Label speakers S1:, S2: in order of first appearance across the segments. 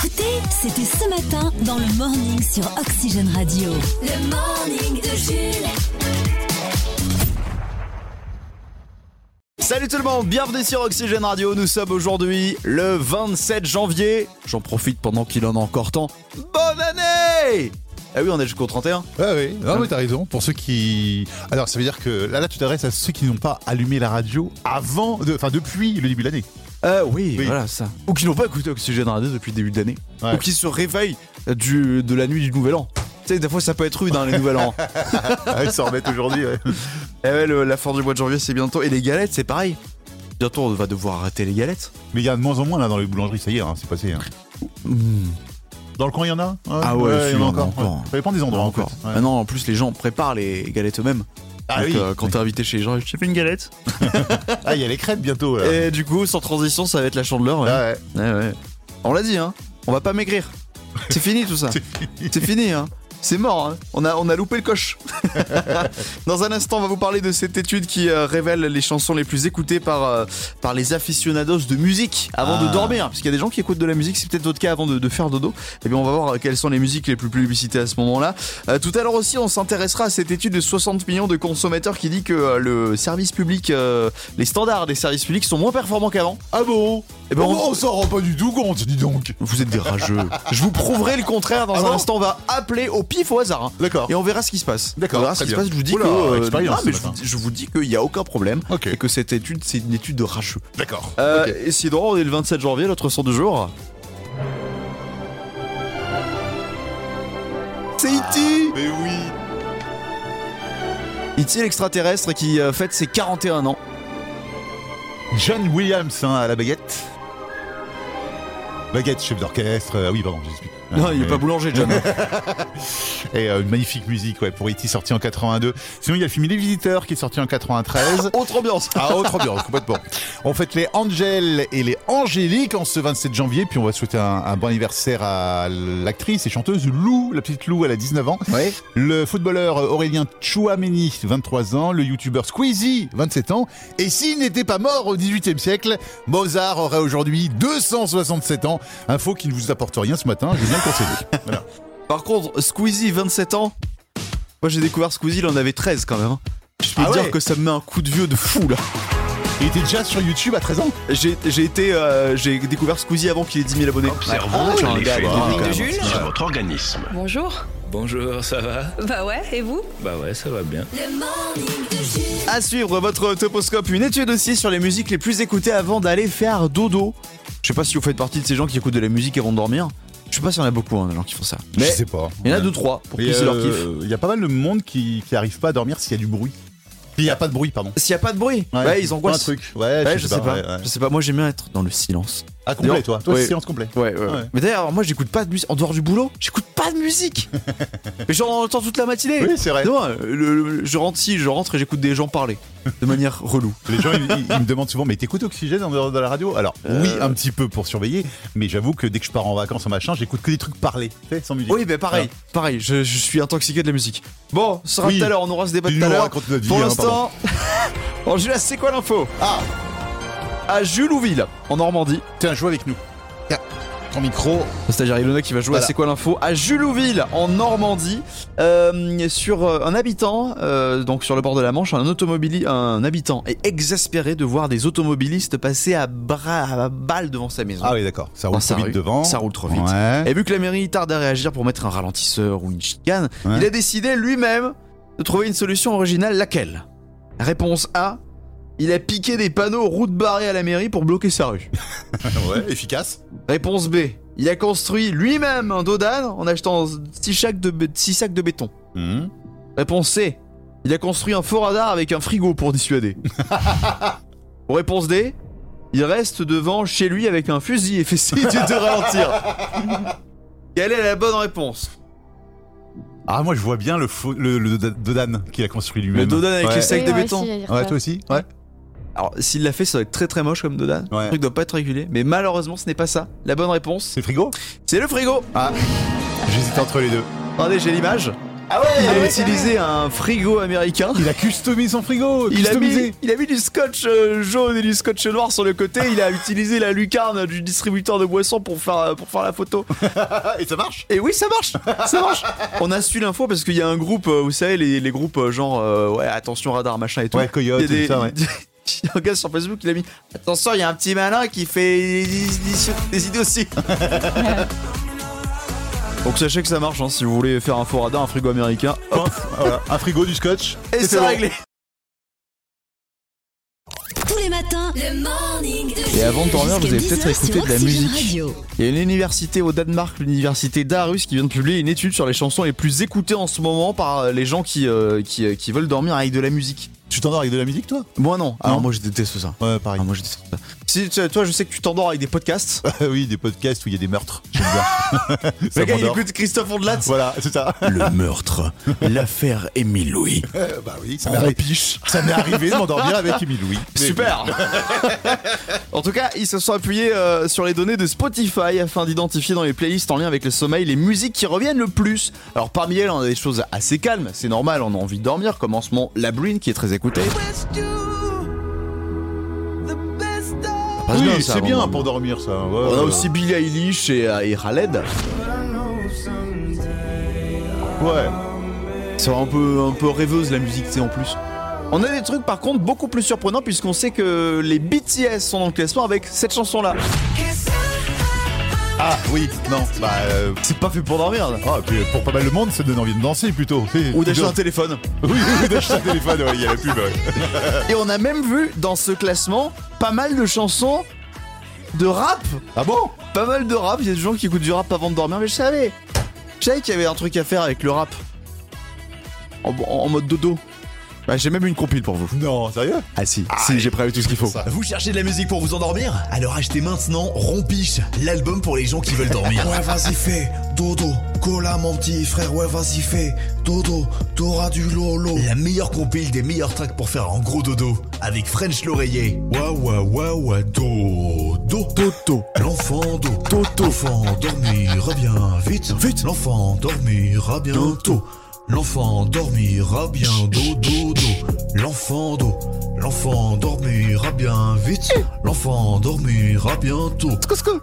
S1: C'était ce matin dans le morning sur Oxygène Radio. Le morning de Jules.
S2: Salut tout le monde, bienvenue sur Oxygène Radio. Nous sommes aujourd'hui le 27 janvier. J'en profite pendant qu'il en a encore temps. Bonne année Ah oui, on est jusqu'au 31
S3: Ouais, oui, non, mais t'as raison. Pour ceux qui. Alors, ça veut dire que là, là tu t'adresses à ceux qui n'ont pas allumé la radio avant, de- enfin, depuis le début de l'année.
S2: Euh oui,
S3: Oui.
S2: voilà ça. Ou qui n'ont pas écouté Oxygène Radio depuis le début de l'année.
S3: Ouais.
S2: Ou qui se réveillent du, de la nuit du Nouvel An. Tu sais, des fois ça peut être rude hein, les Nouvel An.
S3: Ah, ils s'en remettent aujourd'hui, ouais.
S2: Eh ouais, le- la fin du mois de janvier c'est bientôt. Et les galettes c'est pareil. Bientôt on va devoir arrêter les galettes.
S3: Mais il y en a de moins en moins, là, dans les boulangeries, ça y est, hein, c'est passé. hein. Dans le coin, il y en a hein?
S2: Ah ouais, si,
S3: il y en
S2: encore,
S3: a encore.
S2: encore.
S3: ouais. Ça dépend des endroits, en Ah fait.
S2: encore.
S3: Ouais.
S2: Maintenant en plus les gens préparent les galettes eux-mêmes.
S3: Ah
S2: Donc,
S3: oui,
S2: euh, quand t'es invité chez les gens, j'ai fait une galette.
S3: ah, il y a les crêpes bientôt. là.
S2: Et du coup, sans transition, ça va être la chandeleur. Ouais.
S3: Ah ouais.
S2: Ouais, ouais. On l'a dit, hein. On va pas maigrir. C'est fini tout ça. C'est fini, hein. C'est mort, hein. on, a, on a loupé le coche. Dans un instant, on va vous parler de cette étude qui euh, révèle les chansons les plus écoutées par, euh, par les aficionados de musique avant de
S3: Ah.
S2: dormir. Parce qu'il y a des gens qui écoutent de la musique, c'est peut-être votre cas avant de, de faire dodo. Et bien, on va voir euh, quelles sont les musiques les plus publicitées à ce moment-là. Euh, tout à l'heure aussi, on s'intéressera à cette étude de 60 millions de consommateurs qui dit que euh, le service public, euh, les standards des services publics sont moins performants qu'avant.
S3: Ah bon
S2: Eh ben,
S3: Ah
S2: on-
S3: bon, on s'en rend pas du tout compte, dis donc.
S2: Vous êtes des rageux. Je vous prouverai le contraire dans
S3: Ah
S2: un
S3: bon
S2: instant. On va appeler au pif au hasard. hein.
S3: D'accord.
S2: Et on verra ce qui se passe.
S3: D'accord,
S2: On verra ce
S3: très
S2: qui se
S3: bien.
S2: passe. Je vous dis
S3: Oula,
S2: que. euh,
S3: expérience
S2: non, mais
S3: ce
S2: je, vous
S3: matin.
S2: dis- je vous dis qu'il n'y a aucun problème.
S3: Ok.
S2: Et que cette étude, c'est une étude de rageux.
S3: D'accord.
S2: Euh,
S3: Ok.
S2: Et sinon, on est le 27 janvier, l'autre son du jour. C'est E E.T.
S3: Mais oui.
S2: E.T. E l'extraterrestre qui euh, fête ses 41 ans.
S3: John Williams hein, à la baguette. Baguette, chef d'orchestre. euh, Ah oui, pardon, j'explique.
S2: non, il n'est
S3: Euh,
S2: pas boulanger, John.
S3: Et euh, une magnifique musique ouais, pour E.T. sorti en 82. Sinon, il y a le film Les Visiteurs qui est sorti en 93.
S2: Autre ambiance.
S3: Ah, autre ambiance, complètement. On fête les Angel et les Angéliques en ce 27 janvier. Puis on va souhaiter un, un bon anniversaire à l'actrice et chanteuse Lou, la petite Lou, elle a 19 ans.
S2: Ouais.
S3: Le footballeur Aurélien Chouameni, 23 ans. Le youtubeur Squeezie, 27 ans. Et s'il n'était pas mort au 18e siècle, Mozart aurait aujourd'hui 267 ans. Info qui ne vous apporte rien ce matin, je viens le conseiller. Voilà.
S2: Par contre, Squeezie, 27 ans. Moi, j'ai découvert Squeezie, il en avait 13 quand même. hein. Je peux
S3: Ah
S2: dire
S3: ouais
S2: que ça me met un coup de vieux de fou là.
S3: Il était déjà sur YouTube à 13 ans
S2: J'ai j'ai été, euh, j'ai découvert Squeezie avant qu'il ait 10 000 abonnés. Ah,
S4: Observons
S2: Ouais, un gars,
S4: l'effet
S2: bravo.
S3: bravo, quand
S4: de
S3: même.
S4: Jules sur votre organisme.
S5: Bonjour.
S6: Bonjour, ça va
S5: Bah ouais, et vous
S6: Bah ouais, ça va bien.
S1: Le morning de Jules.
S2: À suivre votre toposcope, une étude aussi sur les musiques les plus écoutées avant d'aller faire dodo. Je sais pas si vous faites partie de ces gens qui écoutent de la musique avant de dormir. Je sais pas s'il y en a beaucoup, hein, des gens qui font ça.
S3: Je
S2: Mais
S3: sais pas.
S2: il y en a deux trois pour qui
S3: Mais,
S2: c'est leur kiff.
S3: euh, Il y a pas mal de monde qui, qui arrive pas à dormir s'il y a du bruit. Puis il y a pas de bruit, pardon.
S2: S'il y a pas de bruit, ouais, ils
S3: Un
S2: angoissent.
S3: truc. Ouais,
S2: Ouais, je sais pas.
S3: ouais, ouais.
S2: Je sais pas. Moi, j'aime bien être dans le silence.
S3: Ah, complet,
S2: D'ailleurs,
S3: toi. Toi,
S2: ouais.
S3: c'est silence complet.
S2: Ouais, ouais. ouais.
S3: Ouais.
S2: Mais d'ailleurs, moi, j'écoute pas de musique. En dehors du boulot, j'écoute pas de musique. Mais j'en entends toute la matinée.
S3: Oui, c'est vrai.
S2: Non, euh, le- le- je rentre si, je rentre et j'écoute des gens parler de manière relou.
S3: Les gens, ils, ils- ils me demandent souvent, mais t'écoutes Oxygène en dehors de la radio Alors,
S2: Euh.
S3: oui, un petit peu pour surveiller, mais j'avoue que dès que je pars en vacances en machin, j'écoute que des trucs parlés, tu sais, sans musique.
S2: Oui, mais pareil, pareil, je, je suis intoxiqué de la musique. Bon, ce sera
S3: Oui.
S2: tout à l'heure, on aura ce débat
S3: Tu
S2: tout à
S3: nous
S2: l'heure.
S3: racontes notre vie,
S2: Pour
S3: hein,
S2: l'instant, bon, Jules, c'est quoi l'info
S3: Ah,
S2: À Julouville, en Normandie.
S3: tiens, joue avec nous. Tiens, ton micro.
S2: C'est-à-dire Ilona qui va jouer à
S3: Voilà.
S2: C'est quoi l'info À Julouville, en Normandie, euh, sur euh, un habitant, euh, donc sur le bord de la Manche, un automobili- un habitant est exaspéré de voir des automobilistes passer à, bras, à balles devant sa maison.
S3: Ah oui, d'accord. Ça roule
S2: Ah, ça
S3: trop vite
S2: roule-
S3: devant.
S2: ça roule trop vite.
S3: Ouais.
S2: Et vu que la mairie tarde à réagir pour mettre un ralentisseur ou une chicane,
S3: Ouais.
S2: il a décidé lui-même de trouver une solution originale, laquelle Réponse A. Il a piqué des panneaux route barrée à la mairie pour bloquer sa rue.
S3: ouais, efficace.
S2: Réponse B. Il a construit lui-même un dodan en achetant 6 sacs de, bé- six sacs de béton.
S3: Mhm.
S2: Réponse C. Il a construit un faux radar avec un frigo pour dissuader. Réponse D. Il reste devant chez lui avec un fusil et fait signe de ralentir. Quelle est la bonne réponse
S3: Ah, moi, je vois bien le, faux- le, le doda- Dodan qu'il a construit lui-même.
S2: Le dodan avec
S3: Ouais.
S2: les sacs
S7: Oui,
S2: de
S7: moi
S2: béton.
S7: aussi, j'allais dire
S3: Ouais,
S7: ça.
S3: toi aussi
S2: Ouais. Alors, s'il l'a fait, ça doit être très très moche comme Dodan.
S3: Ouais.
S2: Le truc doit pas être régulier. Mais malheureusement, ce n'est pas ça. La bonne réponse,
S3: C'est le frigo
S2: c'est le frigo.
S3: Ah, j'hésite entre les deux.
S2: Attendez, j'ai l'image. Ah ouais Il a utilisé un frigo américain.
S3: Il a customisé son frigo.
S2: Il a,
S3: customisé.
S2: mis, il a mis du scotch euh, jaune et du scotch noir sur le côté. Il a utilisé la lucarne du distributeur de boissons pour faire, euh, pour faire la photo.
S3: Et ça marche.
S2: Ah, Et oui, ça marche, ça marche. On a su l'info parce qu'il y a un groupe, euh, vous savez, les, les groupes euh, genre euh, ouais, attention radar machin et tout.
S3: Ouais, Coyote
S2: Il y a
S3: et tout ça, ouais.
S2: il y a un gars sur Facebook qui a mis attention, il y a un petit malin qui fait des, des- des idées aussi. Donc sachez que ça marche hein, si vous voulez faire un faux radar, un frigo américain. Hop,
S3: Ah, Voilà, Un frigo du scotch.
S2: et c'est
S3: bon.
S2: réglé.
S1: Tous les matins, le morning de
S2: Et avant de dormir, vous
S1: Jusqu'à
S2: avez
S1: 10
S2: peut-être
S1: heures sur
S2: écouté de la
S1: Oxygène
S2: musique.
S1: Radio.
S2: Il y a une université au Danemark, l'université d'Aarhus, qui vient de publier une étude sur les chansons les plus écoutées en ce moment par euh, les gens qui, euh, qui, euh, qui veulent dormir avec de la musique.
S3: Tu t'endors avec de la musique, toi
S2: Moi non. Alors
S3: Non.
S2: moi je déteste ça.
S3: Ouais, pareil.
S2: Ah, moi je déteste ça. Si tu- toi je sais que tu t'endors avec des podcasts.
S3: oui, des podcasts où il y a des meurtres. J'aime bien. Ça
S2: Le gars il
S3: m'endort.
S2: écoute Christophe Ondelat.
S3: Voilà, c'est ça.
S2: Le meurtre, l'affaire Émile Louis.
S3: Euh, bah oui, ça m'est arrivé. Ça m'est arrivé de m'endormir avec Émile Louis. Mais-
S2: Super En tout cas, ils se sont appuyés euh, sur les données de Spotify afin d'identifier dans les playlists en lien avec le sommeil les musiques qui reviennent le plus. Alors parmi elles, on a des choses assez calmes, c'est normal, on a envie de dormir, comme en ce moment La Bruine qui est très écoutée. Ça passe
S3: Oui,
S2: Ah, bien, ça,
S3: c'est bien
S2: vraiment.
S3: pour euh, dormir, ça. Ouais,
S2: On a
S3: ouais.
S2: aussi Billie Eilish et, euh, et Khaled.
S3: Ouais.
S2: C'est un peu, un peu rêveuse la musique, c'est en plus. On a des trucs par contre beaucoup plus surprenants puisqu'on sait que les BTS sont dans le classement avec cette chanson-là.
S3: Ah oui, non. Bah. euh,
S2: C'est pas fait pour dormir. là.
S3: ah, et puis pour pas mal de monde, ça donne envie de danser plutôt.
S2: Ou d'acheter un
S3: Oui,
S2: téléphone.
S3: oui, d'acheter un téléphone, ouais, il y a la pub. ouais.
S2: Et on a même vu dans ce classement pas mal de chansons de rap.
S3: Ah bon
S2: Pas mal de rap. Il y a des gens qui écoutent du rap avant de dormir, mais je savais. Je savais qu'il y avait un truc à faire avec le rap. En, en- en mode dodo. Bah, j'ai même une compile pour vous.
S3: Non, sérieux
S2: Ah si, si j'ai prévu tout ce qu'il faut.
S4: Vous cherchez de la musique pour vous endormir Alors achetez maintenant Rompiche, l'album pour les gens qui veulent dormir.
S5: Ouais, vas-y, fais dodo. Cola, mon petit frère, ouais, vas-y, fais dodo. T'auras du lolo.
S4: La meilleure compile des meilleurs tracks pour faire un gros dodo avec French l'oreiller. Wawa wawa do do toto. L'enfant do toto. L'enfant dormira bien vite vite. L'enfant dormira bientôt. L'enfant dormira bien do do do. L'enfant do. L'enfant dormira bien vite. L'enfant dormira bientôt.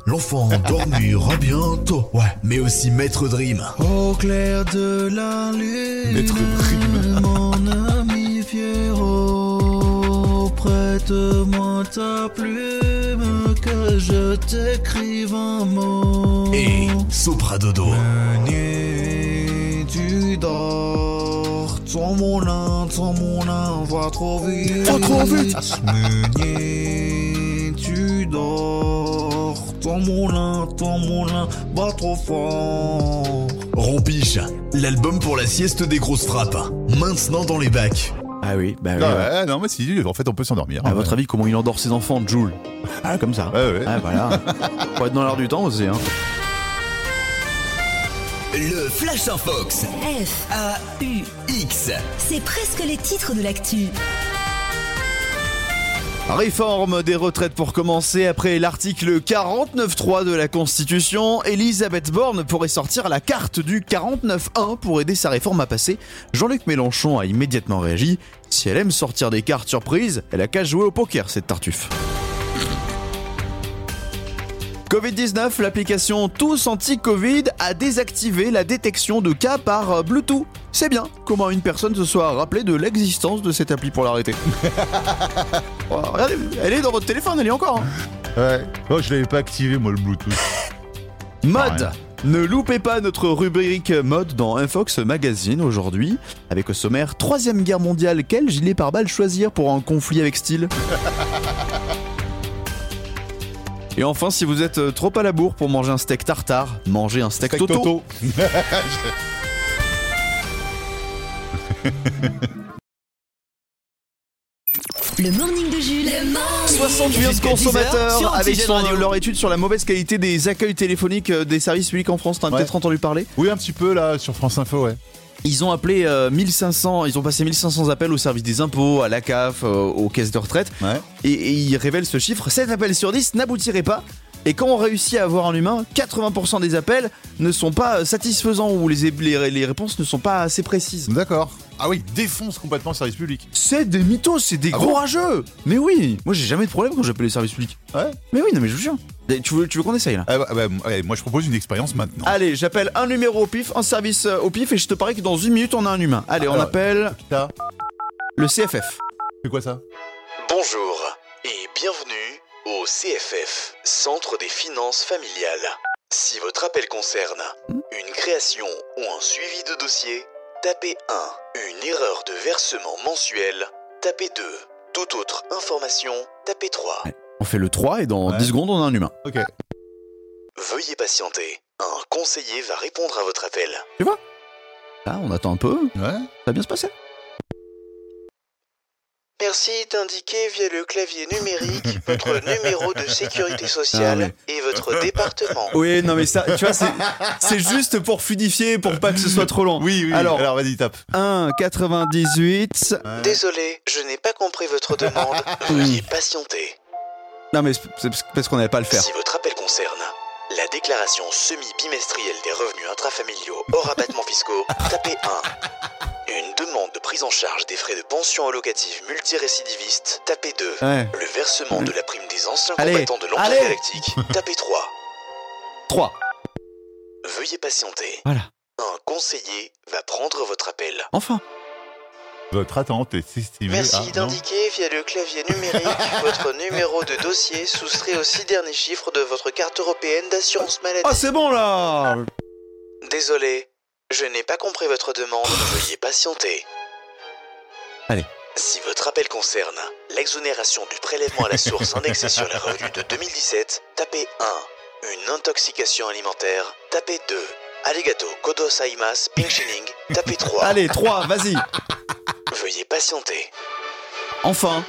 S4: L'enfant dormira bientôt. Ouais, mais aussi Maître Dream.
S5: Au clair de la lune.
S3: Maître Prime.
S5: Mon ami Pierrot, prête-moi ta plume que je t'écrive un mot.
S4: Et Sopradodo.
S5: Nuit, tu dors. Ton moulin, ton moulin va trop vite. Va trop vite. Meunier, tu dors. Ton moulin, ton moulin va trop fort.
S4: Rompiche, l'album pour la sieste des grosses frappes. Maintenant dans les bacs.
S2: Ah oui, bah oui.
S3: Non,
S2: ouais.
S3: ouais, non, mais si, en fait, on peut s'endormir. hein.
S2: À votre avis, comment il endort ses enfants, Jules Ah, comme ça.
S3: Ouais, ouais.
S2: Ah, voilà. Faut être dans l'air du temps aussi. Hein.
S4: Le Flash Infox.
S1: F,
S4: A-U-X.
S1: c'est presque les titres de l'actu.
S2: Réforme des retraites pour commencer. Après l'article 49.3 de la Constitution, Elisabeth Borne pourrait sortir la carte du 49.1 pour aider sa réforme à passer. Jean-Luc Mélenchon a immédiatement réagi. Si elle aime sortir des cartes surprises, elle a qu'à jouer au poker, cette tartuffe. Covid-19, l'application Tous Anti-Covid a désactivé la détection de cas par euh, Bluetooth. C'est bien comment une personne se soit rappelée de l'existence de cette appli pour l'arrêter. Oh, regardez, elle est dans votre téléphone, elle est encore. hein.
S3: Ouais. Oh, je l'avais pas activé, moi, le Bluetooth.
S2: Mode Ne loupez pas notre rubrique mode dans Infox Magazine aujourd'hui, avec au sommaire Troisième Guerre mondiale, quel gilet pare-balles choisir pour un conflit avec style Et enfin, si vous êtes euh, trop à la bourre pour manger un steak tartare, mangez un steak,
S3: Tac,
S2: toto.
S3: Toto.
S1: Le morning de Jules. Jusqu'à
S2: 68
S1: 10 heures sur
S2: consommateurs avec
S1: Oxygène
S2: son-
S1: Radio.
S2: leur étude sur la mauvaise qualité des accueils téléphoniques euh, des services publics en France, t'en as
S3: Ouais.
S2: peut-être entendu parler.
S3: Oui, un petit peu, là, sur France Info, ouais.
S2: Ils ont appelé euh, 1500, ils ont passé 1500 appels au service des impôts, à la CAF, euh, aux caisses de retraite,
S3: Ouais.
S2: et, et ils révèlent ce chiffre 7 appels sur 10 n'aboutiraient pas. Et quand on réussit à avoir un humain, 80% des appels ne sont pas euh, satisfaisants ou les, les- les réponses ne sont pas assez précises.
S3: D'accord. Ah oui, défonce complètement le service public.
S2: C'est des mythos, c'est des
S3: Ah
S2: gros
S3: bon
S2: rageux Mais oui Moi j'ai jamais de problème quand j'appelle les services publics.
S3: Ouais.
S2: Mais oui, non mais je vous jure. Et Eh, Tu veux, tu veux qu'on essaye là
S3: Ah bah, bah, ouais, moi, je propose une expérience maintenant.
S2: Allez, j'appelle un numéro au pif, un service euh, au pif et je te parie que dans une minute on a un humain. Allez, on
S3: Alors-
S2: appelle
S3: Ça,
S2: le CFF.
S3: C'est quoi ça
S4: Bonjour et bienvenue au CFF, Centre des Finances Familiales. Si votre appel concerne une création ou un suivi de dossier, tapez 1. Une erreur de versement mensuel, tapez 2. Toute autre information, tapez 3.
S2: On fait le 3 et dans
S3: Ouais.
S2: 10 secondes on a un humain.
S3: Ok.
S4: Veuillez patienter, un conseiller va répondre à votre appel.
S2: Là, Ah, on attend un peu, ça
S3: Ouais.
S2: va bien se passer.
S4: Merci d'indiquer via le clavier numérique votre numéro de sécurité sociale et votre département.
S2: Oui, non mais ça, tu vois, c'est- c'est juste pour fluidifier, pour pas que ce soit trop long.
S3: Oui, oui. Alors,
S2: Alors-
S3: vas-y, tape.
S2: 1, 98.
S4: Désolé, je n'ai pas compris votre demande. Veuillez patienter.
S2: Non mais c'est c'est parce qu'on n'allait pas le faire.
S4: Si votre appel concerne la déclaration semi-bimestrielle des revenus intrafamiliaux hors abattements fiscaux, tapez 1. Une demande de prise en charge des frais de pension allocative multirécidivistes, tapez 2.
S2: Ouais.
S4: Le versement de la prime des anciens
S2: Allez,
S4: combattants de l'Empire
S2: allez.
S4: galactique, tapez 3.
S2: 3.
S4: Veuillez patienter.
S2: Voilà.
S4: Un conseiller va prendre votre appel.
S2: Enfin.
S3: Votre attente est estimée.
S7: Merci
S3: à- ah, non.
S7: d'indiquer via le clavier numérique votre numéro de dossier soustrait aux six derniers chiffres de votre carte européenne d'assurance maladie.
S2: Ah c'est bon là
S7: Désolé, je n'ai pas compris votre demande.
S4: Veuillez patienter.
S2: Allez.
S4: Si votre appel concerne l'exonération du prélèvement à la source indexé sur les revenus de 2017, tapez 1. Une intoxication alimentaire, tapez 2. Arigato kodosaimasu pinchining, tapez 3.
S2: Allez, 3, vas-y.
S4: Veuillez patienter.
S2: Enfin.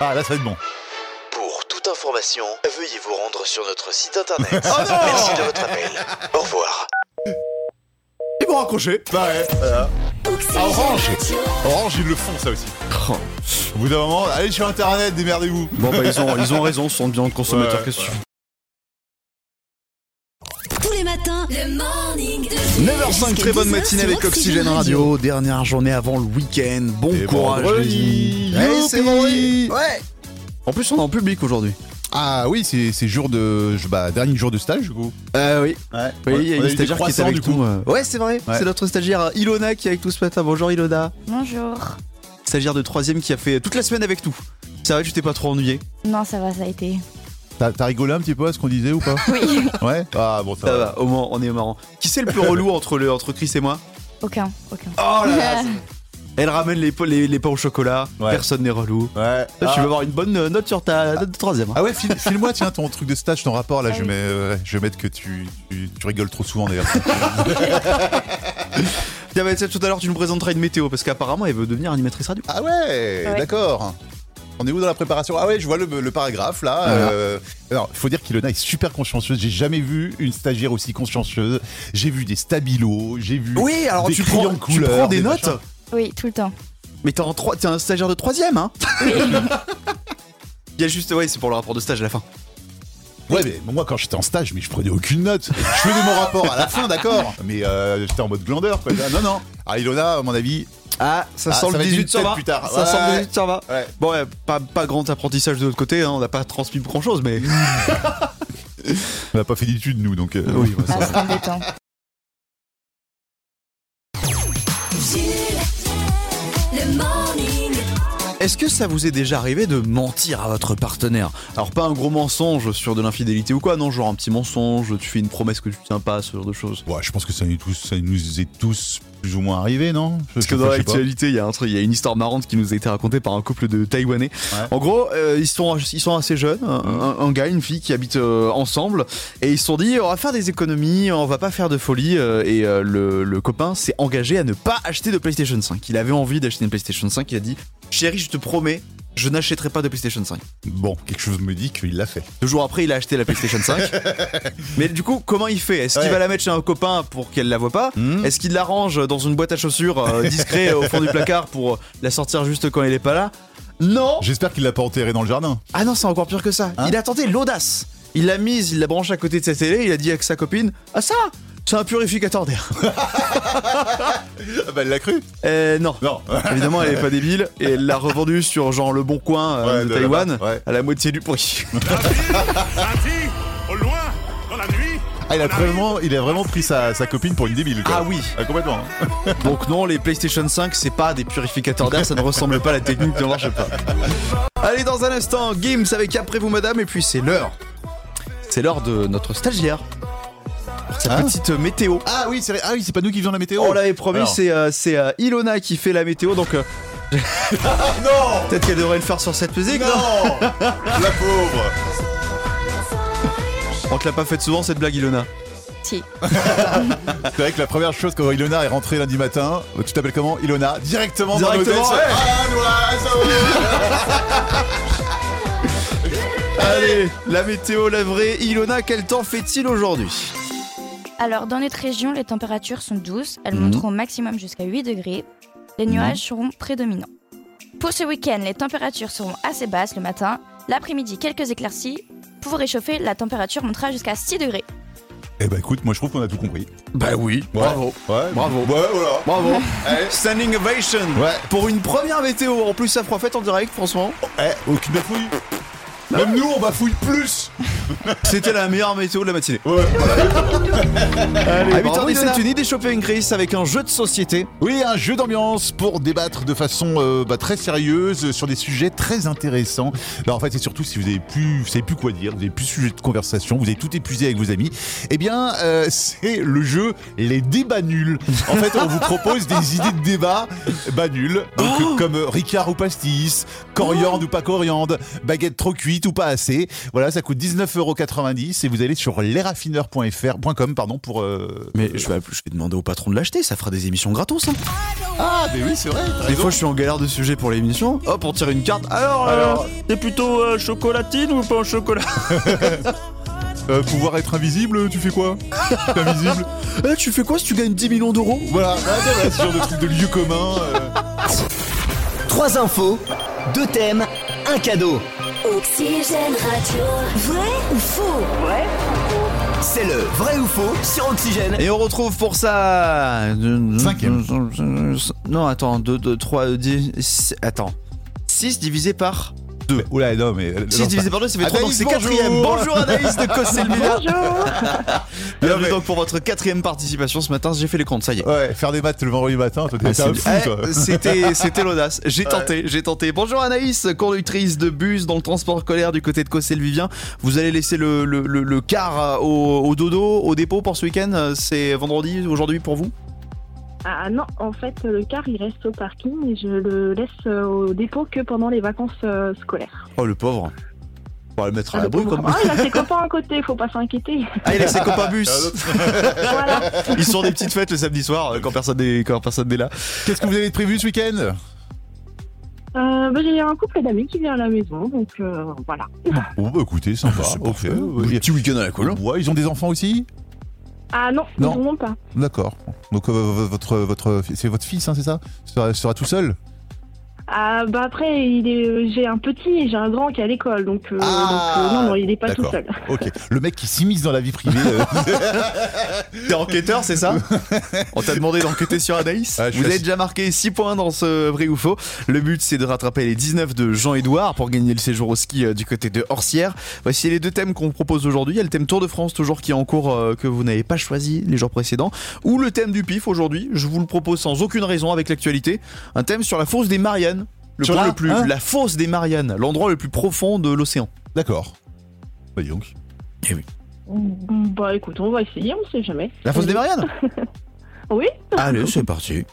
S3: Ah, là, ça va être bon.
S4: Pour toute information, veuillez vous rendre sur notre site internet.
S2: Oh non
S4: Merci de votre appel. Au revoir.
S2: Ils vont raccrocher.
S3: Bah ouais, voilà.
S1: Oxygène
S3: orange.
S1: Radio.
S3: Orange, ils le font, ça aussi. Au bout d'un moment, allez sur Internet, démerdez-vous.
S2: Bon bah ils ont, ils ont raison, ce sont bien de consommateurs.
S3: Ouais,
S2: Qu'est-ce que tu
S1: Tous les matins, le morning de Jules.
S2: 9h05, très bonne matinée avec Oxygène Radio. Dernière journée avant le week-end. Bon
S3: Et
S2: courage.
S3: vendredi.
S2: les amis. Ouais, c'est
S3: Youpi.
S2: vendredi. Ouais. En plus, on est en public aujourd'hui.
S3: Ah oui, c'est c'est jour de. je- Bah, dernier jour de stage, du coup.
S2: Euh, oui.
S3: Ouais.
S2: Oui, il y a
S3: On
S2: une
S3: eu des
S2: stagiaire qui est
S3: croissants,
S2: avec
S3: du coup.
S2: nous, euh. Ouais, c'est vrai.
S3: Ouais.
S2: C'est notre stagiaire euh, Ilona qui est avec nous ce matin. Bonjour Ilona.
S8: Bonjour.
S2: Stagiaire de 3 qui a fait toute la semaine avec nous. Ça va, tu t'es pas trop ennuyé
S8: Non, ça va, ça a été.
S3: T'as t'as rigolé un petit peu à ce qu'on disait ou pas
S8: Oui.
S3: Ouais. Ah bon, ça,
S2: Ça va, au moins, on est marrant. Qui c'est le plus relou entre, le, entre Chris et moi
S8: aucun, aucun.
S2: Oh là là Elle ramène les, pa- les- les pains au chocolat,
S3: Ouais.
S2: personne n'est relou.
S3: Ouais.
S2: Là,
S3: Ah.
S2: Tu vas avoir une bonne euh, note sur ta note de troisième. hein.
S3: Ah ouais, file- file-moi, tiens, ton truc de stage, ton rapport, là,
S8: Ah
S3: je,
S8: oui.
S3: mets, euh, ouais, je vais mettre que tu, tu, tu rigoles trop souvent, d'ailleurs.
S2: Tiens, bah, tu sais, tout à l'heure, tu nous présenteras une météo parce qu'apparemment, elle veut devenir animatrice radio.
S3: ah ouais,
S8: Ouais.
S3: d'accord. On est où dans la préparation Ah ouais, je vois le, le paragraphe, là.
S2: Voilà.
S3: euh, alors, faut dire qu'Ilona est super consciencieuse. J'ai jamais vu une stagiaire aussi consciencieuse. J'ai vu des stabilos, j'ai vu...
S2: Oui, alors
S3: Des
S2: tu
S3: crayons
S2: prends,
S3: de
S2: tu
S3: couleur,
S2: prends des,
S3: des
S2: notes,
S3: machins.
S8: Oui, tout le temps.
S2: mais t'es, en trois- t'es un stagiaire de troisième, hein Il y a juste, ouais, c'est pour le rapport de stage à la fin.
S3: Ouais, mais moi, quand j'étais en stage, mais je prenais aucune note. Je faisais mon rapport à la fin, d'accord. Mais euh, j'étais en mode glandeur, quoi. Non, non. Ah, Ilona, à mon avis...
S2: Ah, ça
S3: Ah,
S2: sent
S3: ça
S2: le
S3: va être une
S2: 18 ça
S3: tête
S2: va.
S3: plus tard.
S2: Ça
S3: Ouais.
S2: sent le 18 ça va.
S3: Ouais.
S2: Bon, ouais, pas, pas grand apprentissage de l'autre côté, hein, on n'a pas transmis grand chose, mais.
S3: On n'a pas fait d'études, nous, donc... euh,
S2: Oui, bah,
S8: Ah, c'est embêtant.
S1: Jules, le morning.
S2: Est-ce que ça vous est déjà arrivé de mentir à votre partenaire Alors pas un gros mensonge sur de l'infidélité ou quoi, non, genre un petit mensonge, tu fais une promesse que tu tiens pas, ce genre de choses.
S3: Ouais, je pense que ça nous, est tous, ça nous est tous plus ou moins arrivé, non
S2: Parce que dans l'actualité, il y a un truc, il y a une histoire marrante qui nous a été racontée par un couple de Taïwanais.
S3: Ouais.
S2: En gros, euh, ils sont ils sont assez jeunes, un, un- un gars, une fille qui habitent euh, ensemble, et ils se sont dit on va faire des économies, on va pas faire de folie. euh, et euh, le, le copain s'est engagé à ne pas acheter de PlayStation 5. Il avait envie d'acheter une PlayStation 5. Il a dit chérie, je te promets, je n'achèterai pas de PlayStation 5.
S3: Bon, quelque chose me dit qu'il l'a fait.
S2: Deux jours après, il a acheté la PlayStation 5. Mais du coup, comment il fait Est-ce qu'il
S3: Ouais.
S2: va la mettre chez un copain pour qu'elle la voit pas
S3: Hmm.
S2: Est-ce qu'il la range dans une boîte à chaussures euh, discret au fond du placard pour la sortir juste quand il est pas là Non
S3: J'espère qu'il l'a pas enterré dans le jardin.
S2: Ah non, c'est encore pire que ça.
S3: Hein
S2: il a tenté l'audace. Il l'a mise, il l'a branchée à côté de sa télé, il a dit à sa copine Ah, ça C'est un purificateur d'air. Ah
S3: bah, elle l'a cru.
S2: Euh, non.
S3: Non.
S2: Évidemment, elle est pas débile et elle l'a revendu sur genre le bon coin euh,
S3: Ouais,
S2: de,
S3: de
S2: Taïwan
S3: là-bas, ouais.
S2: à la moitié du prix.
S9: au loin, dans la nuit.
S3: Ah, il a vraiment, il a vraiment pris sa, sa copine pour une débile. quoi.
S2: Ah oui.
S3: Ah, complètement.
S2: Donc non, les PlayStation 5, c'est pas des purificateurs d'air, ça ne ressemble pas à la technique de marche pas. Allez, dans un instant, Gims avec Après vous madame et puis c'est l'heure. C'est l'heure de notre stagiaire. Sa
S3: Ah.
S2: petite euh, météo.
S3: Ah oui, c'est vrai. Ah oui, c'est pas nous qui faisons la météo.
S2: On l'avait promis,
S3: Alors.
S2: c'est euh, c'est, euh, Ilona qui fait la météo, donc euh,
S3: Non
S2: peut-être qu'elle devrait le faire sur cette musique. non
S3: Non La pauvre
S2: On te l'a pas fait souvent cette blague, Ilona.
S8: Si.
S3: C'est vrai que la première chose quand Ilona est rentrée lundi matin, tu t'appelles comment Ilona Directement,
S2: Directement,
S3: dans l'hôtel.
S2: ouais.
S3: Ah, Noah, ça va
S2: Allez, la météo, la vraie. Ilona, quel temps fait-il aujourd'hui
S8: Alors, dans notre région, les températures sont douces. Elles
S2: Mhm.
S8: monteront au maximum jusqu'à 8 degrés. Les nuages seront prédominants. Pour ce week-end, les températures seront assez basses le matin. L'après-midi, quelques éclaircies. Pour vous réchauffer, la température montera jusqu'à 6 degrés.
S3: Eh bah écoute, moi je trouve qu'on a tout compris.
S2: Bah oui, bravo.
S3: Ouais,
S2: Bravo.
S3: Ouais, voilà.
S2: Bravo. Standing ovation.
S3: Ouais.
S2: Pour une première météo, en plus ça fera fête en direct, franchement.
S3: Eh, aucune bafouille. Même nous, on bafouille plus
S2: C'était la meilleure météo de la matinée.
S3: Ouais.
S2: Allez, à
S3: bravo, Ilona.
S2: 8h17, une idée Shopping Race avec un jeu de société.
S3: Oui, un jeu d'ambiance pour débattre de façon euh, bah, très sérieuse euh, sur des sujets très intéressants. Bah, en fait, c'est surtout si vous avez plus, vous savez plus quoi dire, vous avez plus de sujet de conversation, vous avez tout épuisé avec vos amis. Eh bien, euh, c'est le jeu les débats nuls. En fait, on vous propose des idées de débats bah, nuls, donc euh, comme euh, Ricard ou pastis, coriandre ou pas coriandre, baguette trop cuite ou pas assez. Voilà, ça coûte 19,90€ et vous allez sur lesraffineurs.fr.com pardon pour. euh,
S2: Mais je vais, je vais demander au patron de l'acheter, ça fera des émissions gratos. hein.
S3: Ah, mais oui, c'est vrai. t'as
S2: Des
S3: raison.
S2: fois je suis en galère de sujet pour l'émission. Hop, on tire une carte. Alors, euh,
S3: Alors.
S2: t'es plutôt euh, chocolatine ou pas en chocolat
S3: Euh, pouvoir être invisible, tu fais quoi T'es invisible
S2: Eh, Tu fais quoi si tu gagnes 10 millions d'euros
S3: Voilà, ouais, c'est vrai, ce genre de truc de lieu commun. euh.
S10: Trois infos, deux thèmes, un cadeau.
S1: Oxygène Radio. Vrai ou faux
S10: C'est le vrai ou faux sur Oxygène.
S2: Et on retrouve pour ça.
S3: Cinquième.
S2: Non, attends, 2, 2, 3, 10. Attends. 6 divisé par.
S3: Deux. Oula, non, mais. euh,
S2: 6
S3: non,
S2: divisé
S3: pas-
S2: par 2, ça fait 3, donc
S3: Anaïs,
S2: c'est
S3: bonjour.
S2: quatrième. Bonjour Anaïs de Cosselmina. Bonjour. Bienvenue
S3: Non, mais-
S2: donc pour votre quatrième participation ce matin. J'ai fait les comptes, ça y est.
S3: Ouais, faire des maths le vendredi matin, toi, t'es
S2: Ah,
S3: t'es un
S2: c'est-
S3: fou, toi.
S2: Eh, C'était c'était l'audace. J'ai tenté, j'ai tenté. Bonjour Anaïs, conductrice de bus dans le transport scolaire du côté de Cossé-le-Vivien. Vous allez laisser le, le, le- le car au, au dodo, au dépôt pour ce week-end. Euh, C'est vendredi aujourd'hui pour vous
S11: Ah non, en fait, le car, il reste au parking et je le laisse euh, au dépôt que pendant les vacances euh, scolaires.
S2: Oh le pauvre. On va le mettre à
S11: Ah,
S2: l'abri
S11: le pauvre.
S2: comme.
S11: Ah, il a ses copains à côté, faut pas s'inquiéter.
S2: Ah, il a ses copains bus.
S11: voilà.
S2: Ils sont des petites fêtes le samedi soir euh, quand personne n'est quand personne n'est là.
S3: Qu'est-ce que vous avez prévu ce week-end
S11: Euh, bah, J'ai un couple d'amis qui vient à la maison, donc euh, voilà.
S3: Bon, bah
S2: Ah,
S3: écoutez, sympa.
S2: C'est
S3: ok.
S2: parfait.
S3: ouais.
S2: Petit week-end à la hein. colonne.
S3: Ouais, ils ont des enfants aussi
S11: Ah non,
S3: Non.
S11: non, non pas.
S3: D'accord. Donc, euh, v- votre, votre, c'est votre fils, hein, c'est ça sera, sera tout seul
S11: Ah bah après, il est, j'ai un petit et j'ai un grand qui est à l'école, donc, euh,
S3: Ah.
S11: donc, euh, non, non, il n'est pas tout
S3: D'accord.
S11: seul.
S3: Ok. Le mec qui s'immisce dans la vie privée. euh,
S2: T'es enquêteur, c'est ça On t'a demandé d'enquêter sur Anaïs.
S3: Ah, je
S2: Vous
S3: suis
S2: avez
S3: assi-
S2: déjà marqué 6 points dans ce vrai ou faux. Le but, c'est de rattraper les 19 de Jean-Édouard pour gagner le séjour au ski euh, du côté de Horsière. Voici les deux thèmes qu'on propose aujourd'hui. Il y a le thème Tour de France, toujours qui est en cours, euh, que vous n'avez pas choisi les jours précédents. Ou le thème du PIF aujourd'hui. Je vous le propose sans aucune raison avec l'actualité. Un thème sur la fosse des Mariannes. Le
S3: Sur
S2: point
S3: la-
S2: le plus.
S3: hein
S2: la fosse des Mariannes, l'endroit le plus profond de l'océan.
S3: D'accord. Bah, dis donc.
S11: Mm, Bah écoute, on va essayer, on sait jamais.
S2: La fosse des Mariannes
S11: Oui.
S2: Allez, c'est parti.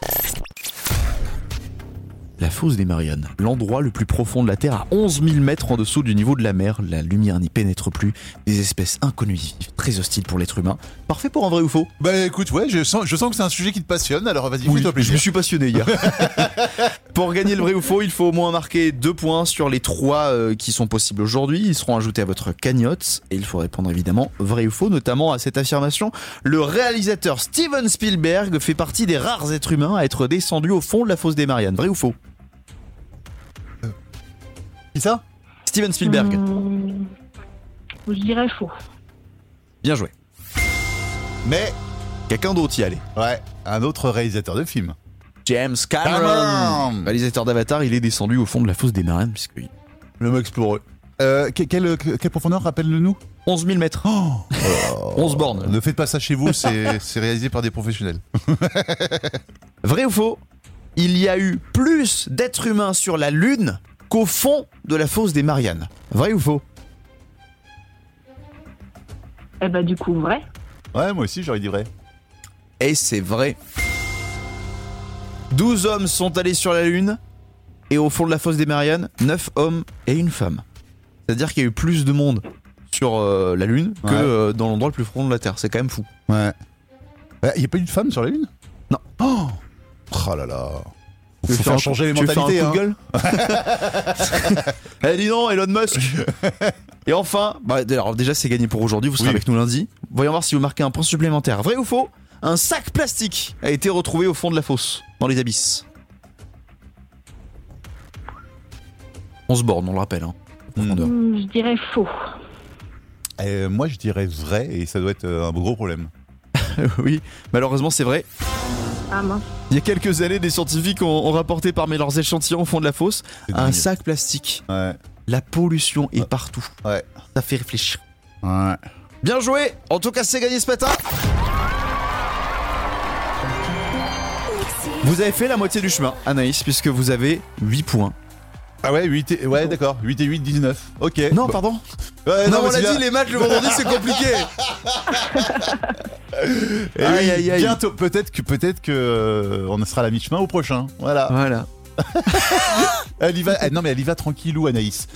S2: La fosse des Mariannes, l'endroit le plus profond de la Terre, à 11 000 mètres en dessous du niveau de la mer. La lumière n'y pénètre plus. Des espèces inconnues, vivent, très hostiles pour l'être humain. Parfait pour un vrai ou faux
S3: Bah, écoute, ouais, je sens, je sens que c'est un sujet qui te passionne, alors vas-y, fais-toi
S2: je
S3: plaisir.
S2: me suis passionné hier. pour gagner le vrai ou faux, il faut au moins marquer deux points sur les trois euh, qui sont possibles aujourd'hui. Ils seront ajoutés à votre cagnotte et il faut répondre évidemment vrai ou faux, notamment à cette affirmation. Le réalisateur Steven Spielberg fait partie des rares êtres humains à être descendu au fond de la fosse des Mariannes. Vrai ou faux
S3: Qui ça
S2: Steven Spielberg.
S11: Mm, Hmm. Je dirais faux.
S2: Bien joué.
S3: Mais
S2: quelqu'un d'autre y allait.
S3: Ouais, un autre réalisateur de film.
S2: James Cameron,
S3: Cameron.
S2: réalisateur d'Avatar, il est descendu au fond de la fosse des marins puisque
S3: Le mec exploreux. Euh, que- quelle, quelle profondeur rappelle-le-nous
S2: 11 000 mètres,
S3: Oh
S2: 11 bornes.
S3: Ne faites pas ça chez vous, c'est c'est réalisé par des professionnels.
S2: Vrai ou faux Il y a eu plus d'êtres humains sur la Lune qu'au fond de la fosse des Mariannes. Vrai ou faux
S11: Eh ben, du coup, vrai.
S3: Ouais, moi aussi j'aurais dit vrai.
S2: Et c'est vrai. 12 hommes sont allés sur la Lune et au fond de la fosse des Mariannes, 9 hommes et une femme. C'est-à-dire qu'il y a eu plus de monde sur euh, la Lune que
S3: Ouais.
S2: euh, dans l'endroit le plus profond de la Terre. C'est quand même fou.
S3: Ouais. Il n'y a pas eu de femme sur la Lune
S2: Non.
S3: Oh Oh là là
S2: Tu
S3: Faut
S2: veux
S3: faire
S2: un-
S3: changer les
S2: tu veux faire un
S3: mentalités.
S2: coup de
S3: hein.
S2: gueule Eh dis donc, Elon Musk Et enfin, bah, alors déjà c'est gagné pour aujourd'hui, vous serez
S3: Oui.
S2: avec nous lundi. Voyons voir si vous marquez un point supplémentaire. Vrai ou faux Un sac plastique a été retrouvé au fond de la fosse, dans les abysses. On se borne, on le rappelle. Hein. Profondeur.
S11: Hmm, Je dirais faux.
S3: Euh, moi je dirais vrai et ça doit être euh, un gros problème.
S2: oui, malheureusement c'est vrai.
S11: Ah mince.
S2: Il y a quelques années, des scientifiques ont, ont rapporté parmi leurs échantillons au fond de la fosse
S3: C'est
S2: un
S3: dingue.
S2: sac plastique.
S3: Ouais.
S2: La pollution est partout.
S3: Ouais.
S2: Ça fait réfléchir.
S3: Ouais.
S2: Bien joué En tout cas, c'est gagné ce matin Vous avez fait la moitié du chemin, Anaïs, puisque vous avez 8 points.
S3: Ah ouais, 8 et... ouais d'accord, 8 et 8, 19. Ok.
S2: Non,
S3: Bon.
S2: pardon
S3: Ouais,
S2: Non, on
S3: parce
S2: l'a
S3: qu'il
S2: dit,
S3: a-
S2: les matchs le vendredi, c'est compliqué
S3: Eh
S2: Aïe,
S3: oui,
S2: aïe, aïe.
S3: Bientôt, peut-être que, peut-être que euh, on sera à la mi-chemin au prochain. Voilà.
S2: Voilà.
S3: Elle y va. eh, non mais elle y va tranquillou, Anaïs.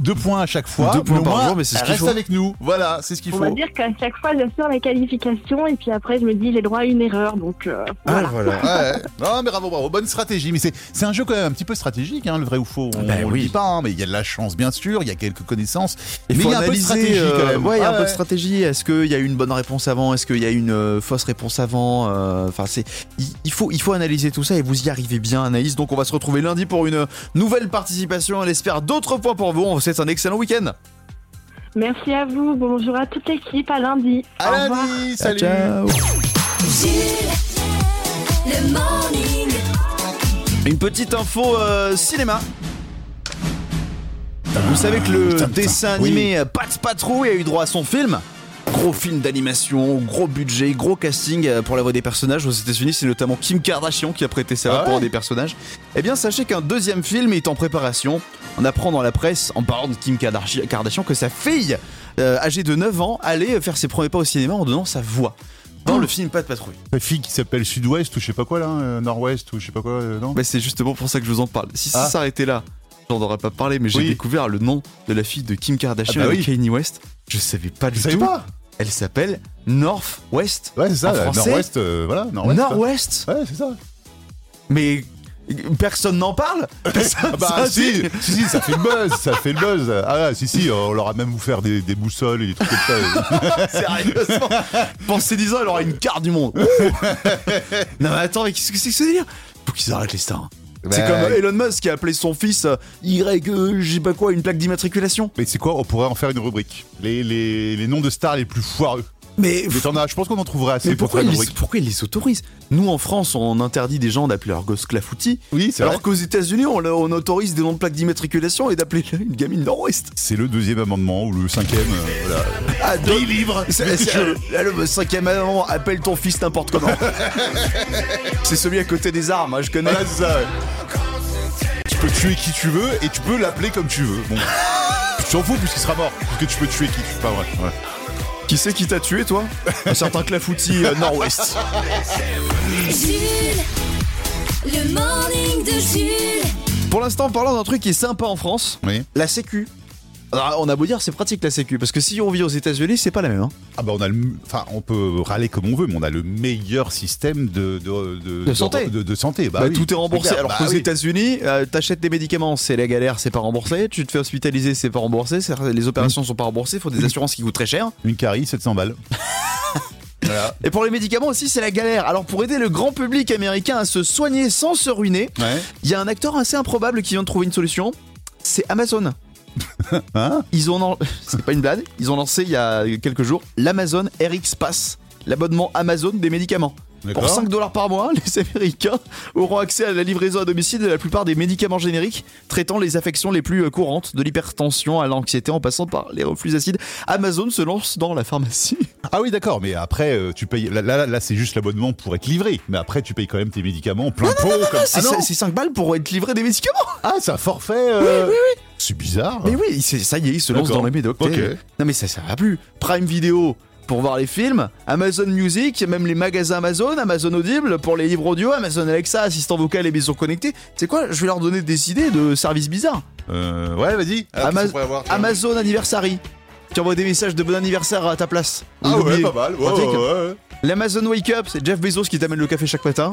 S3: Deux points à chaque fois.
S2: Deux points
S3: mais au
S2: par
S3: moins,
S2: jour, mais c'est ce
S3: elle
S2: qu'il
S3: reste
S2: faut.
S3: avec nous. Voilà, c'est ce qu'il
S11: On
S3: faut.
S11: va dire qu'à chaque fois, j'assure la qualification et puis après, je me dis, j'ai droit à une erreur. Donc, euh, voilà.
S3: Ouais. Non mais bravo, bravo, bonne stratégie. Mais c'est c'est un jeu quand même un petit peu stratégique, hein, le vrai ou faux. On,
S2: Bah
S3: on
S2: oui.
S3: le dit pas, hein, mais il y a de la chance bien sûr, il y a quelques connaissances.
S2: Il
S3: mais
S2: faut
S3: il y a un peu de
S2: analyser,
S3: stratégie quand
S2: euh,
S3: même.
S2: Ouais, il y a un peu
S3: Ouais.
S2: de stratégie. Est-ce qu'il y a eu une bonne réponse avant Est-ce qu'il y a eu une euh, fausse réponse avant Euh, Enfin, c'est il, il faut il faut analyser tout ça et vous y arrivez bien, Anaïs. Donc, on va se retrouver lundi pour une nouvelle participation. On espère d'autres points pour vous. On vous souhaite un excellent week-end.
S11: Merci à vous. Bonjour à toute l'équipe. À lundi.
S3: À
S11: Au revoir.
S3: lundi, salut.
S2: Ciao.
S1: Le morning.
S2: Une petite info euh, cinéma. Vous savez que le
S3: Tintin.
S2: dessin animé euh, Pat Patrouille a eu droit à son film. Gros film d'animation, gros budget, gros casting euh, pour la voix des personnages aux États-Unis. C'est notamment Kim Kardashian qui a prêté sa voix
S3: Ah
S2: pour
S3: ouais
S2: des personnages. Eh bien, sachez qu'un deuxième film est en préparation. On apprend dans la presse, en parlant de Kim Kardashi- Kardashian, que sa fille, euh, âgée de 9 ans, allait faire ses premiers pas au cinéma en donnant sa voix
S3: Oh.
S2: dans le film Pat Patrouille.
S3: La fille qui s'appelle Sud-Ouest ou je sais pas quoi là, euh, Nord-Ouest ou je sais pas quoi, euh, non
S2: Bah, c'est justement pour ça que je vous en parle. Si ça
S3: Ah.
S2: s'arrêtait là, j'en aurais pas parlé, mais j'ai
S3: Oui.
S2: découvert le nom de la fille de Kim Kardashian
S3: Ah bah
S2: et de
S3: oui.
S2: Kanye West. Je savais pas du
S3: Vous savez
S2: tout.
S3: pas
S2: Elle s'appelle North West.
S3: Ouais, c'est ça,
S2: En
S3: euh,
S2: français
S3: Nord-Ouest, euh, voilà, Nord-Ouest. quoi.
S2: North West
S3: Ouais, c'est ça.
S2: Mais personne n'en parle Personne-
S3: Ah bah
S2: ça,
S3: si,
S2: c'est-
S3: si, si, ça fait le buzz, ça fait le buzz. Ah si, si, on leur a même vous faire des, des boussoles et des trucs comme ça.
S2: Sérieusement Pensez 10 ans, elle aura une carte du monde Ouh Non mais attends, mais qu'est-ce que c'est que ce délire Faut qu'ils arrêtent les stars. hein. C'est
S3: Bah,
S2: comme Elon Musk qui a appelé son fils euh, Y, euh, je sais pas quoi, une plaque d'immatriculation.
S3: Mais c'est quoi On pourrait en faire une rubrique. Les, les, les noms de stars les plus foireux.
S2: Mais
S3: Mais t'en as, je pense qu'on en trouvera assez
S2: Mais
S3: pour
S2: pourquoi
S3: faire
S2: ils,
S3: une
S2: les,
S3: rubrique.
S2: pourquoi ils les autorisent Nous, en France, on interdit des gens d'appeler leur gosse clafoutis,
S3: Oui, c'est vrai.
S2: alors qu'aux États-Unis, on, on autorise des noms de plaques d'immatriculation et d'appeler une gamine nord-ouest.
S3: C'est le deuxième amendement ou le cinquième. euh, voilà.
S2: Ah, deux livres Le cinquième amendement, appelle ton fils n'importe comment. c'est celui à côté des armes, hein, je connais.
S3: Voilà, c'est ça. ouais. Tu peux tuer qui tu veux et tu peux l'appeler comme tu veux. Bon. Tu t'en fous puisqu'il sera mort. Parce que tu peux tuer qui tu veux. Pas vrai. Ouais.
S2: Qui c'est qui t'a tué, toi Un certain clafoutis euh, nord-ouest.
S1: Jules. Le morning de Jules.
S2: Pour l'instant, en parlant d'un truc qui est sympa en France,
S3: Oui.
S2: la Sécu. Alors, on a beau dire, c'est pratique la Sécu, parce que si on vit aux États-Unis, c'est pas la même. hein.
S3: Ah bah on a le, enfin on peut râler comme on veut, mais on a le meilleur système de de, de,
S2: santé.
S3: De, de santé. Bah,
S2: Bah,
S3: oui,
S2: tout est
S3: c'est
S2: remboursé.
S3: clair.
S2: Alors
S3: Bah
S2: qu'aux
S3: oui.
S2: États-Unis, euh, t'achètes des médicaments, c'est la galère, c'est pas remboursé. Tu te fais hospitaliser, c'est pas remboursé. C'est- Les opérations sont pas remboursées. Faut des assurances qui coûtent très cher.
S3: Une carie, 700 balles. voilà.
S2: Et pour les médicaments aussi, c'est la galère. Alors pour aider le grand public américain à se soigner sans se ruiner,
S3: Ouais.
S2: il y a un acteur assez improbable qui vient de trouver une solution. C'est Amazon.
S3: Hein
S2: Ils ont lan- c'est pas une blague, ils ont lancé il y a quelques jours l'Amazon RX Pass, l'abonnement Amazon des médicaments. Pour
S3: D'accord.
S2: 5 dollars par mois, les Américains auront accès à la livraison à domicile de la plupart des médicaments génériques traitant les affections les plus euh, courantes, de l'hypertension à l'anxiété en passant par les reflux acides. Amazon se lance dans la pharmacie.
S3: Ah oui, d'accord, mais après, euh, tu payes. Là, là, là, c'est juste l'abonnement pour être livré. Mais après, tu payes quand même tes médicaments en plein pot. comme...
S2: c'est ça- c'est 5 balles pour être livré des médicaments
S3: Ah, c'est un forfait. euh,
S2: Oui, oui, oui.
S3: C'est bizarre.
S2: Mais oui, c'est- ça y est, il se lance
S3: D'accord.
S2: dans les médocs.
S3: Ok.
S2: t'es- Non mais ça, ça va plus. Prime Video pour voir les films, Amazon Music, même les magasins Amazon, Amazon Audible pour les livres audio, Amazon Alexa, assistant vocal et maison connectée. Tu sais quoi Je vais leur donner des idées de services bizarres.
S3: Euh, ouais, vas-y. Alors,
S2: Ama-
S3: qu'est-ce qu'on pourrait avoir, tiens
S2: Amazon Anniversary. Tu envoies des messages de bon anniversaire à ta place.
S3: Ah ouais,
S2: Oublié.
S3: pas mal. Ouais,
S2: Pratique.
S3: ouais, ouais.
S2: L'Amazon Wake Up, c'est Jeff Bezos qui t'amène le café chaque matin.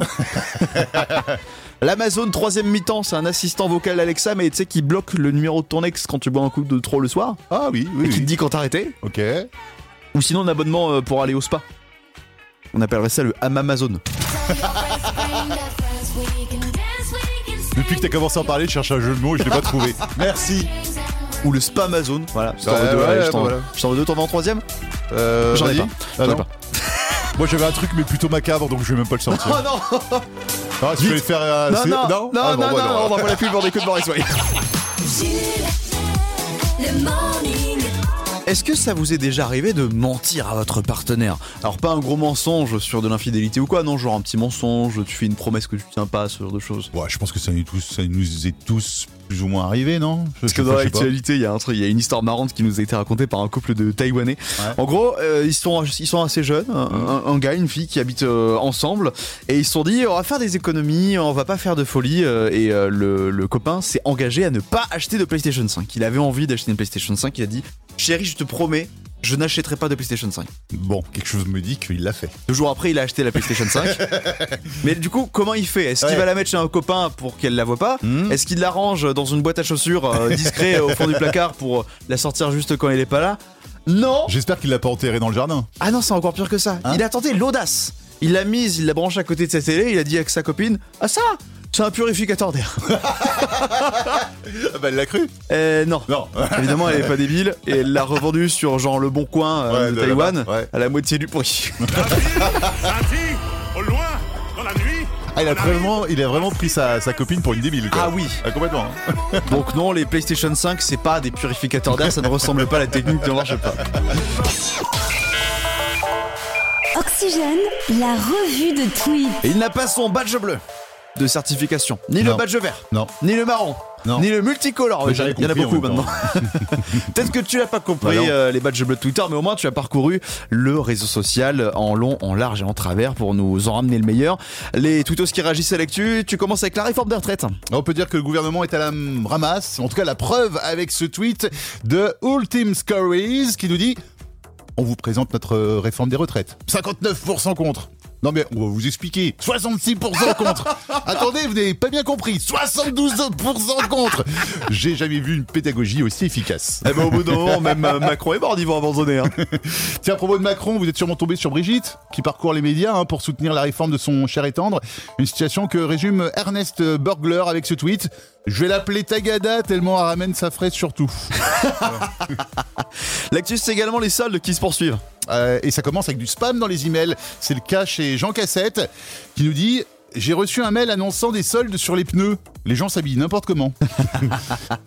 S2: L'Amazon troisième mi-temps, c'est un assistant vocal Alexa, mais tu sais qui bloque le numéro de ton ex quand tu bois un coup de trop le soir
S3: Ah oui, oui.
S2: et qui te
S3: oui.
S2: dit quand t'arrêter.
S3: Ok.
S2: Ou sinon un abonnement euh, pour aller au spa. On appellerait ça le Amazon.
S3: Depuis que t'as commencé à en parler, je cherche un jeu de mots et je l'ai pas trouvé. Merci.
S2: Ou le Spa Amazon. Voilà, je t'en
S3: Ouais,
S2: veux deux,
S3: ouais,
S2: allez, je t'en-
S3: voilà.
S2: je t'en veux deux, t'en veux un troisième
S3: Euh,
S2: J'en ai
S3: vas-y.
S2: pas.
S3: Ah,
S2: J'en ai
S3: non.
S2: pas.
S3: Moi, j'avais un truc, mais plutôt macabre, donc je vais même pas le sortir.
S2: Oh non
S3: Ah, tu
S2: Vite.
S3: peux le faire. euh,
S2: Non,
S3: c'est-
S2: non, non, non,
S3: Ah, bon,
S2: non,
S3: bah,
S2: non, on va pas la pub pour des queues de Maurice, ouais.
S1: Le morning.
S2: Est-ce que ça vous est déjà arrivé de mentir à votre partenaire Alors pas un gros mensonge sur de l'infidélité ou quoi, non, genre un petit mensonge, tu fais une promesse que tu tiens pas, ce genre de choses.
S3: Ouais, je pense que ça nous, tous, ça nous est tous plus ou moins arrivé, non Je-
S2: Parce que
S3: je-
S2: dans
S3: je sais pas.
S2: l'actualité, il y a un truc, il y a une histoire marrante qui nous a été racontée par un couple de Taïwanais. En gros, euh, ils sont ils sont assez jeunes, un, un- un gars, une fille qui habitent euh, ensemble, et ils se sont dit on va faire des économies, on va pas faire de folie. euh, et euh, le, le copain s'est engagé à ne pas acheter de PlayStation 5. Il avait envie d'acheter une PlayStation 5. Il a dit chérie, je te promets, je n'achèterai pas de PlayStation 5.
S3: Bon, quelque chose me dit qu'il l'a fait.
S2: Deux jours après, il a acheté la PlayStation 5. Mais du coup, comment il fait Est-ce qu'il
S3: Ouais.
S2: va la mettre chez un copain pour qu'elle la voit pas
S3: Hmm.
S2: Est-ce qu'il la range dans une boîte à chaussures euh, discret au fond du placard pour la sortir juste quand elle est pas là Non
S3: J'espère qu'il l'a pas enterré dans le jardin.
S2: Ah non, c'est encore pire que ça.
S3: Hein
S2: il a tenté l'audace. Il l'a mise, il l'a branchée à côté de sa télé, il a dit à sa copine Ah ça C'est un purificateur d'air.
S3: Ah bah, il l'a cru
S2: Euh, non.
S3: Non.
S2: Évidemment, elle est pas débile et elle l'a revendue sur genre le bon coin euh,
S3: Ouais,
S2: de,
S3: de là-bas,
S2: Taïwan
S3: ouais.
S2: à la moitié du prix.
S4: au loin, dans la nuit.
S3: Ah, il a vraiment, il a vraiment pris sa, sa copine pour une débile, quoi.
S2: Ah oui.
S3: Ah, complètement. hein.
S2: Donc non, les PlayStation 5, c'est pas des purificateurs d'air, ça ne ressemble pas à la technique de marche pas.
S1: Oxygène, la revue de tweets.
S2: Et il n'a pas son badge bleu de certification, ni le
S3: Non.
S2: badge vert,
S3: Non.
S2: ni le marron,
S3: Non.
S2: ni le multicolore.
S3: Mais
S2: Oh, Il y en a-
S3: j'avais
S2: il y en a
S3: compris en
S2: beaucoup
S3: même temps.
S2: maintenant. Peut-être que tu n'as pas compris
S3: Bah non.
S2: euh, les badges bleus de Twitter, mais au moins tu as parcouru le réseau social en long, en large et en travers pour nous en ramener le meilleur. Les tweetos qui réagissent à l'actu, tu commences avec la réforme des retraites.
S3: On peut dire que le gouvernement est à la m- ramasse. En tout cas, la preuve avec ce tweet de Ultim Scories qui nous dit On vous présente notre euh, réforme des retraites. 59% contre. Non mais on va vous expliquer. 66% contre. Attendez, vous n'avez pas bien compris. 72% contre. J'ai jamais vu une pédagogie aussi efficace.
S2: Eh ben, au bout d'un moment, même euh, Macron et Borde, ils vont abandonner. hein.
S3: Tiens, à propos de Macron, vous êtes sûrement tombé sur Brigitte, qui parcourt les médias hein, pour soutenir la réforme de son cher et tendre. Une situation que résume Ernest Burgler avec ce tweet. Je vais l'appeler Tagada tellement elle ramène sa fraise surtout.
S2: L'actu, c'est également les soldes qui se poursuivent.
S3: Euh, et ça commence avec du spam dans les emails. C'est le cas chez Jean Cassette qui nous dit J'ai reçu un mail annonçant des soldes sur les pneus. Les gens s'habillent n'importe comment.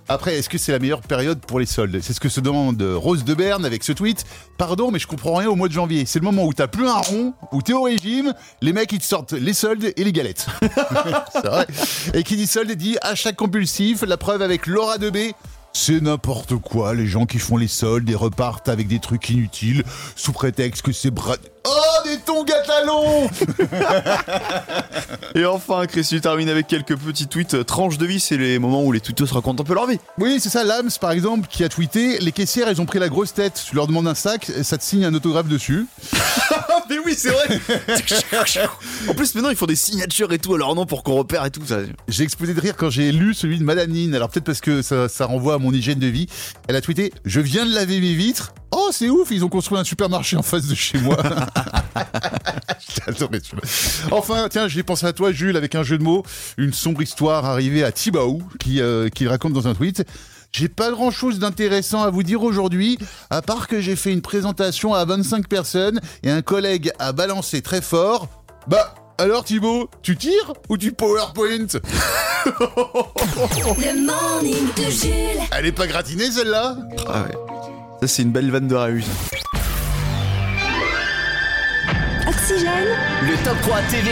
S3: Après, est-ce que c'est la meilleure période pour les soldes C'est ce que se demande Rose de Berne avec ce tweet. Pardon, mais je comprends rien au mois de janvier. C'est le moment où t'as plus un rond, où t'es au régime, les mecs ils te sortent les soldes et les galettes. C'est vrai. Et qui dit solde dit achat compulsif, la preuve avec Laura Debé. C'est n'importe quoi, les gens qui font les soldes et repartent avec des trucs inutiles sous prétexte que c'est bra... Oh, des tongs à talons
S2: Et enfin, Christy termine avec quelques petits tweets euh, tranches de vie. C'est les moments où les tweetos racontent un peu leur vie.
S3: Oui, c'est ça, Lams, par exemple, qui a tweeté Les caissières, elles ont pris la grosse tête. Tu leur demandes un sac, ça te signe un autographe dessus.
S2: Ah, mais oui, c'est vrai. en plus, maintenant, ils font des signatures et tout à leur nom pour qu'on repère et tout ça.
S3: J'ai explosé de rire quand j'ai lu celui de Madame Nin. Alors peut-être parce que ça, ça renvoie à mon hygiène de vie. Elle a tweeté Je viens de laver mes vitres. Oh, c'est ouf, ils ont construit un supermarché en face de chez moi. J'ai adoré celui-là. enfin, tiens, j'ai pensé à toi, Jules, avec un jeu de mots. Une sombre histoire arrivée à Thibaou, qui, euh, qui raconte dans un tweet. J'ai pas grand chose d'intéressant à vous dire aujourd'hui, à part que j'ai fait une présentation à 25 personnes et un collègue a balancé très fort. Bah, alors Thibaut, tu tires ou tu PowerPoint
S1: Le morning de Jules.
S3: Elle est pas gratinée celle-là
S2: Ah ouais. Ça, c'est une belle vanne de Rahu.
S1: Oxygène.
S10: Le top 3 TV.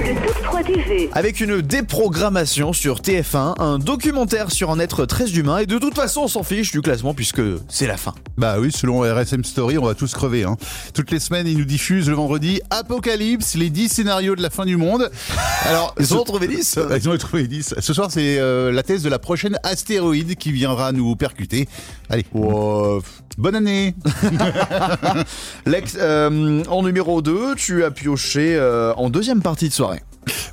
S11: Le top 3 TV.
S2: Avec une déprogrammation sur TF1, un documentaire sur un être très humain, et de toute façon, on s'en fiche du classement puisque c'est la fin.
S3: Bah oui, selon RSM Story, on va tous crever. Hein. Toutes les semaines, ils nous diffusent le vendredi Apocalypse, les 10 scénarios de la fin du monde. Alors,
S2: Ils
S3: ce-
S2: ont trouvé 10
S3: Euh, Ils ont trouvé 10. Ce soir, c'est euh, la thèse de la prochaine astéroïde qui viendra nous percuter. Allez, bonne année
S2: Lex, euh, en numéro 2, tu as pioché euh, en deuxième partie de soirée.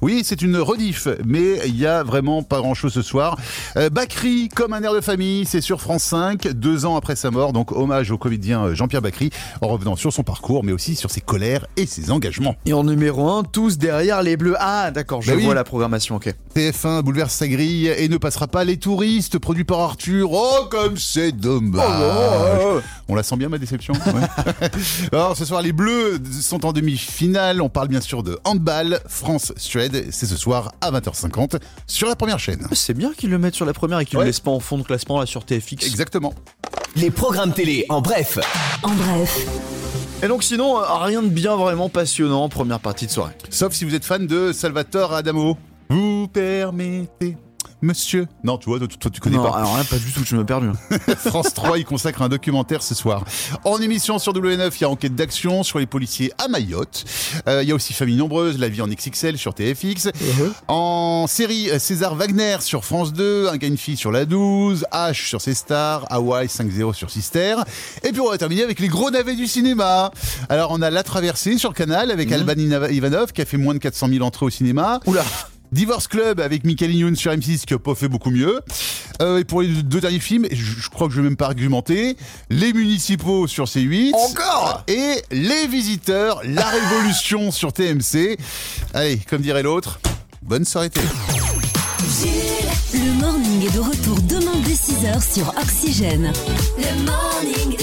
S3: Oui, c'est une rediff, mais il y a vraiment pas grand-chose ce soir. Euh, Bacri, comme un air de famille, c'est sur France 5, deux ans après sa mort, donc hommage au comédien euh, Jean-Pierre Bacri, en revenant sur son parcours, mais aussi sur ses colères et ses engagements.
S2: Et en numéro 1, tous derrière les bleus. Ah, d'accord, je
S3: Bah oui.
S2: vois la programmation, ok.
S3: TF1 bouleverse sa grille et ne passera pas les touristes, produit par Arthur. Oh, comme c'est dommage On la sent bien ma déception. Ouais. Alors ce soir les Bleus sont en demi-finale. On parle bien sûr de handball France-Suède. C'est ce soir à 20h50 sur la première chaîne.
S2: C'est bien qu'ils le mettent sur la première et qu'ils
S3: Ouais.
S2: le laissent pas en fond de classement là sur TFX.
S3: Exactement.
S10: Les programmes télé en bref.
S1: En bref,
S2: Et donc sinon, euh, rien de bien vraiment passionnant en première partie de soirée.
S3: Sauf si vous êtes fan de Salvatore Adamo. Vous permettez, monsieur. Non, tu vois, toi, toi, tu connais
S2: Non,
S3: pas.
S2: alors là, pas du tout, tu m'as perdu.
S3: France 3 y consacre un documentaire ce soir. En émission sur W9, il y a Enquête d'action sur les policiers à Mayotte. Euh, il y a aussi Famille Nombreuse, La vie en XXL sur TFX. En série, euh, César Wagner sur France 2, Un gars, une fille sur la 12, H sur ses stars, Hawaii 5-0 sur Sister. Et puis on va terminer avec les gros navets du cinéma. Alors on a La Traversée sur Canal avec Alban Ina- Ivanov qui a fait moins de 400 000 entrées au cinéma.
S2: Oula
S3: Divorce Club avec Michael Youn sur M6 qui a pas fait beaucoup mieux. Euh, et pour les deux derniers films, je, je crois que je vais même pas argumenter. Les municipaux sur C8.
S2: Encore
S3: Et Les Visiteurs, La Révolution sur TMC. Allez, comme dirait l'autre, bonne soirée télé.
S1: le morning est de retour demain dès 6h sur Oxygène. Le morning